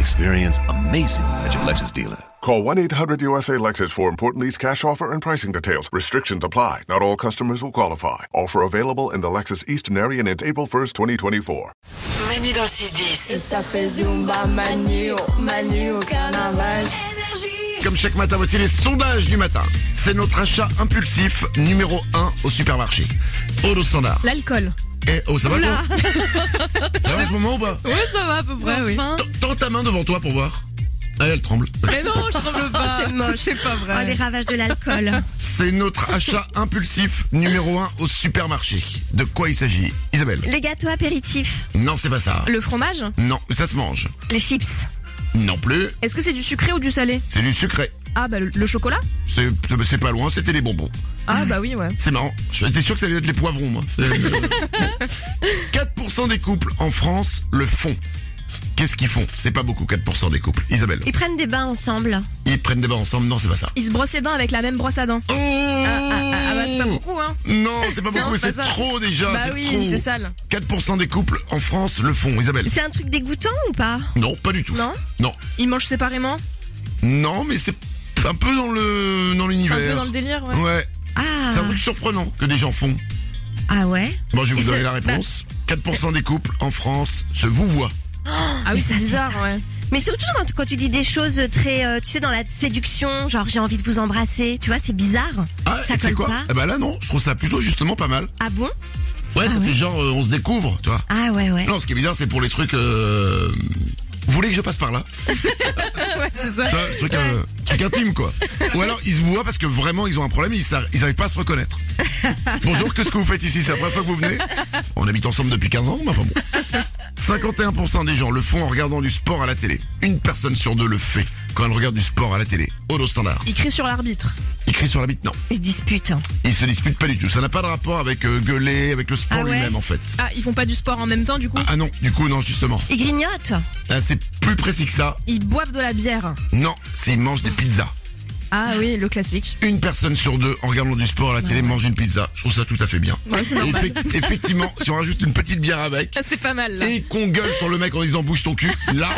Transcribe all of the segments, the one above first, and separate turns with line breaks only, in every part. Experience amazing at your Lexus dealer.
Call 1 800 USA Lexus for important lease cash offer and pricing details. Restrictions apply. Not all customers will qualify. Offer available in the Lexus Eastern area and it's April 1st, 2024.
Manu dans le 6-10.
Et ça fait Zumba Manu, Manu au carnaval.
Comme chaque matin, voici les sondages du matin. C'est notre achat impulsif numéro 1 au supermarché. Eau standard.
L'alcool.
Eh oh, ça va toi Ça va en ce moment ou pas
Oui, ça va à peu près, oui.
T- Tends ta main devant toi pour voir. Ah, elle tremble.
Mais non, je tremble pas. C'est moche. C'est pas vrai.
Oh, les ravages de l'alcool.
C'est notre achat impulsif numéro 1 au supermarché. De quoi il s'agit Isabelle
les gâteaux apéritifs,
Non, c'est pas ça.
Le fromage
Non, ça se mange.
les chips,
Non plus.
Est-ce que c'est du sucré ou du salé
C'est du sucré.
Ah, bah le, le chocolat
C'est c'est pas loin, c'était les bonbons.
Ah, bah oui, ouais.
C'est marrant. J'étais sûr que ça allait être les poivrons, moi. Euh, 4% des couples en France le font. Qu'est-ce qu'ils font C'est pas beaucoup, 4% des couples. Isabelle,
ils prennent des bains ensemble.
ils prennent des bains ensemble Non, c'est pas ça.
Ils se brossent les dents avec la même brosse à dents. Ah, ah, ah, bah c'est pas beaucoup, hein.
Non, c'est pas beaucoup,
Non, c'est
c'est
pas ça.
trop déjà.
bah
c'est
oui,
trop.
c'est sale.
4% des couples en France le font, Isabelle.
C'est un truc dégoûtant ou pas
Non, pas du tout.
Non
Non,
Ils mangent séparément.
Non, mais c'est un peu dans le dans
C'est
l'univers.
un peu dans le délire, ouais.
Ouais,
Ah,
c'est un truc surprenant que des gens font.
ah ouais
Bon, je vais
Et
vous
ça-
donner la réponse. 4% des couples en France se vous voient.
Ah oui, c'est bizarre, ouais.
Mais surtout quand, quand tu dis des choses très, euh, tu sais, dans la séduction, genre j'ai envie de vous embrasser, tu vois, c'est bizarre.
Ah,
ça
et c'est
colle
quoi
pas
Eh ben là, non, je trouve ça plutôt justement pas mal.
Ah bon
Ouais, ça
Ah
fait
ouais.
genre, euh, on se découvre, tu vois.
Ah ouais, ouais.
Non, ce qui est bizarre, c'est pour les trucs. euh, Vous voulez que je passe par là
Ouais, c'est ça.
Tu vois, le truc, euh, truc intime, quoi. Ou alors, ils se voient parce que vraiment, ils ont un problème, ils s'a- ils n'arrivent pas à se reconnaître. Bonjour, qu'est-ce que vous faites ici C'est la première fois que vous venez On habite ensemble depuis 15 ans, mais enfin bon. 51% des gens le font en regardant du sport à la télé. Une personne sur deux le fait quand elle regarde du sport à la télé. Holo standard.
Ils crient sur l'arbitre.
Ils crient sur la bite, non.
Ils se disputent.
Ils se disputent pas du tout. Ça n'a pas de rapport avec euh, gueuler, avec le sport
Ah ouais
lui-même, en fait.
Ah, ils font pas du sport en même temps, du coup
Ah, ah non, du coup, non, justement.
Ils grignotent.
Ah, c'est plus précis que ça.
Ils boivent de la bière.
Non, s'ils mangent des pizzas.
Ah oui, le classique.
une personne sur deux en regardant du sport à la télé mange une pizza. Je trouve ça tout à fait bien. Et effec- effectivement, si on rajoute une petite bière avec
Ah, C'est pas mal, là.
et qu'on gueule sur le mec en disant bouge ton cul, là,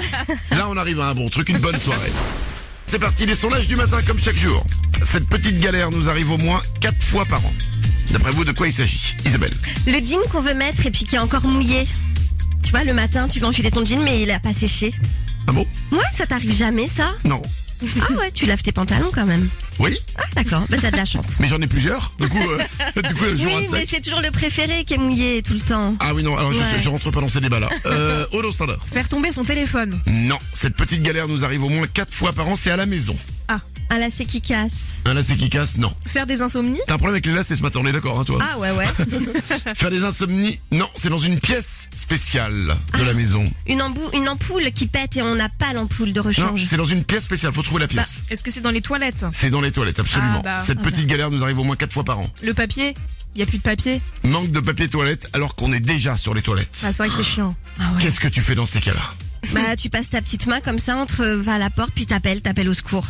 là on arrive à un bon truc, une bonne soirée. C'est parti, les sondages du matin comme chaque jour. Cette petite galère nous arrive au moins 4 fois par an. D'après vous, de quoi il s'agit Isabelle
Le jean qu'on veut mettre et puis qui est encore mouillé. Tu vois, le matin, tu vas enfiler ton jean, mais il a pas séché.
Ah bon
Ouais, ça t'arrive jamais, ça
Non.
Ah ouais, tu laves tes pantalons quand même.
Oui
Ah d'accord, bah t'as de la chance.
Mais j'en ai plusieurs. Du coup, euh, du coup je rate
Oui,
ça.
mais c'est toujours le préféré qui est mouillé tout le temps.
Ah oui, non, alors je- je,
Ouais.
rentre pas dans ces débats-là. Euh, Holo standard.
Faire tomber son téléphone.
Non, cette petite galère nous arrive au moins 4 fois par an, c'est à la maison.
Un lacet qui casse.
Un lacet qui casse, non.
Faire des insomnies.
T'as un problème avec les lacets ce matin, on est d'accord, hein, toi
Ah ouais, ouais.
Faire des insomnies, non, c'est dans une pièce spéciale de la maison.
Une, embou- une ampoule qui pète et on n'a pas l'ampoule de
Non,
rechange.
c'est dans une pièce spéciale, faut trouver la pièce.
Est-ce que c'est dans les toilettes
C'est dans les toilettes, absolument.
Bah. Ah bah.
Cette petite galère nous arrive au moins 4 fois par an.
Le papier Il y a plus de papier
Manque de papier toilette alors qu'on est déjà sur les toilettes.
Ah, c'est vrai que c'est chiant.
Qu'est-ce que tu fais dans ces cas-là
Bah tu passes ta petite main comme ça entre euh, va à la porte puis t'appelles, t'appelles au secours.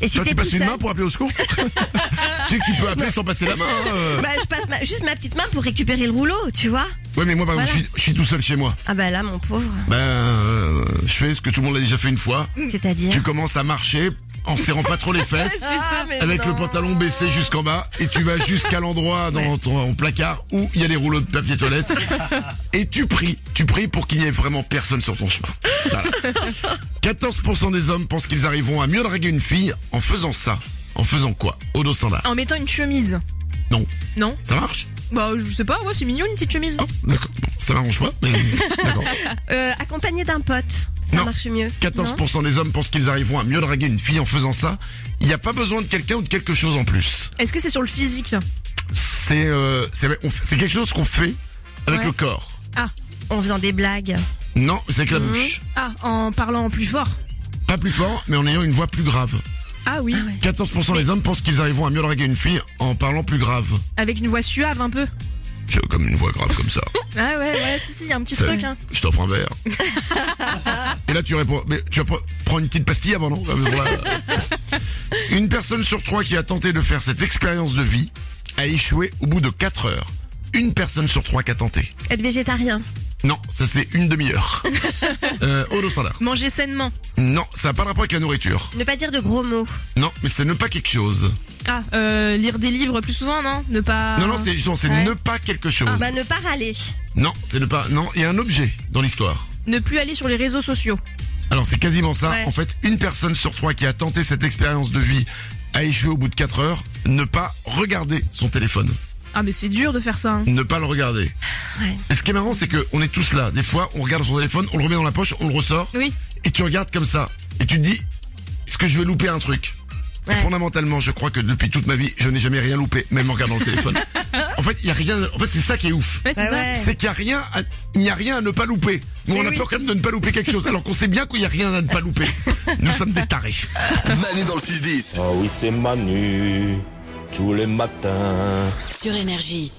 Et si
Toi,
t'es
tu
tout
passes une
seul,
main pour appeler au secours Tu sais que tu peux appeler sans passer la main. hein, euh.
bah je passe ma- juste ma petite main pour récupérer le rouleau, tu vois.
Ouais, mais moi, par
Voilà.
exemple, je suis- je suis tout seul chez moi.
Ah bah là mon pauvre,
Ben, euh, je fais ce que tout le monde a déjà fait une fois. Tu
Mm. c'est-à-dire. Ah,
commences à marcher en serrant pas trop les fesses.
ça, mais
avec
non.
le pantalon baissé jusqu'en bas et tu vas jusqu'à l'endroit dans ton ton placard où il y a les rouleaux de papier toilette et tu pries, tu pries pour qu'il n'y ait vraiment personne sur ton chemin. Voilà. 14% des hommes pensent qu'ils arriveront à mieux draguer une fille en faisant ça. En faisant quoi Au dos standard.
En mettant une chemise.
Non.
Non
Ça marche
Bah, je sais pas, ouais, c'est mignon une petite chemise.
Oh, D'accord. Bon, Ça m'arrange pas, mais d'accord.
Euh, accompagné d'un pote, ça
Non.
marche mieux. Non
14% des hommes pensent qu'ils arriveront à mieux draguer une fille en faisant ça. Il n'y a pas besoin de quelqu'un ou de quelque chose en plus.
Est-ce que c'est sur le physique
C'est euh, c'est on f- c'est quelque chose qu'on fait avec
Ouais.
le corps.
En faisant des blagues.
Non, c'est avec la bouche.
Ah, en parlant plus fort.
Pas plus fort, mais en ayant une voix plus grave.
Ah oui,
14% des hommes pensent qu'ils arriveront à mieux draguer une fille en parlant plus grave.
avec une voix suave un peu.
J'ai comme une voix grave comme ça.
Ah ouais, ouais, si, si, y a un petit
Salut,
truc. Hein.
Je t'offre un verre. Et là, tu réponds, mais tu vas pre- prendre une petite pastille avant, non Voilà. Une personne sur trois qui a tenté de faire cette expérience de vie a échoué au bout de 4 heures. Une personne sur trois qui a tenté.
Être végétarien.
Non, ça c'est une demi-heure. Euh, Odo Standard.
Manger sainement.
Non, ça n'a pas de rapport avec la nourriture.
Ne pas dire de gros mots.
Non, mais c'est ne pas quelque chose.
Ah, euh, lire des livres plus souvent, non Ne pas.
Non, non, c'est justement, c'est
Ah. Ouais. Ah,
ne pas quelque chose.
Bah, ne pas râler.
Non, c'est ne pas. Non, il y a un objet dans l'histoire.
Ne plus aller sur les réseaux sociaux.
Alors c'est quasiment ça.
Ouais.
En fait, une personne sur trois qui a tenté cette expérience de vie a échoué au bout de 4 heures, ne pas regarder son téléphone.
Ah, mais c'est dur de faire ça. hein.
Ne pas le regarder. Et ce qui est marrant, c'est que on est tous là. Des fois, on regarde son téléphone, on le remet dans la poche, on le ressort,
Oui.
et tu regardes comme ça. Et tu te dis, est-ce que je vais louper un truc Et Fondamentalement, je crois que depuis toute ma vie, je n'ai jamais rien loupé, même en regardant le téléphone. En fait, il y a rien. En fait, c'est ça qui est ouf.
Ouais, c'est
Bah
ça.
ouais.
C'est qu'il n'y a rien, à, il n'y a rien à ne pas louper. Nous, on a peur quand même de ne pas louper quelque chose, alors qu'on sait bien qu'il n'y a rien à ne pas louper. Nous sommes des tarés.
Manu dans le 6-10.
Oh oui, c'est Manu, tous les matins.
Sur Énergie.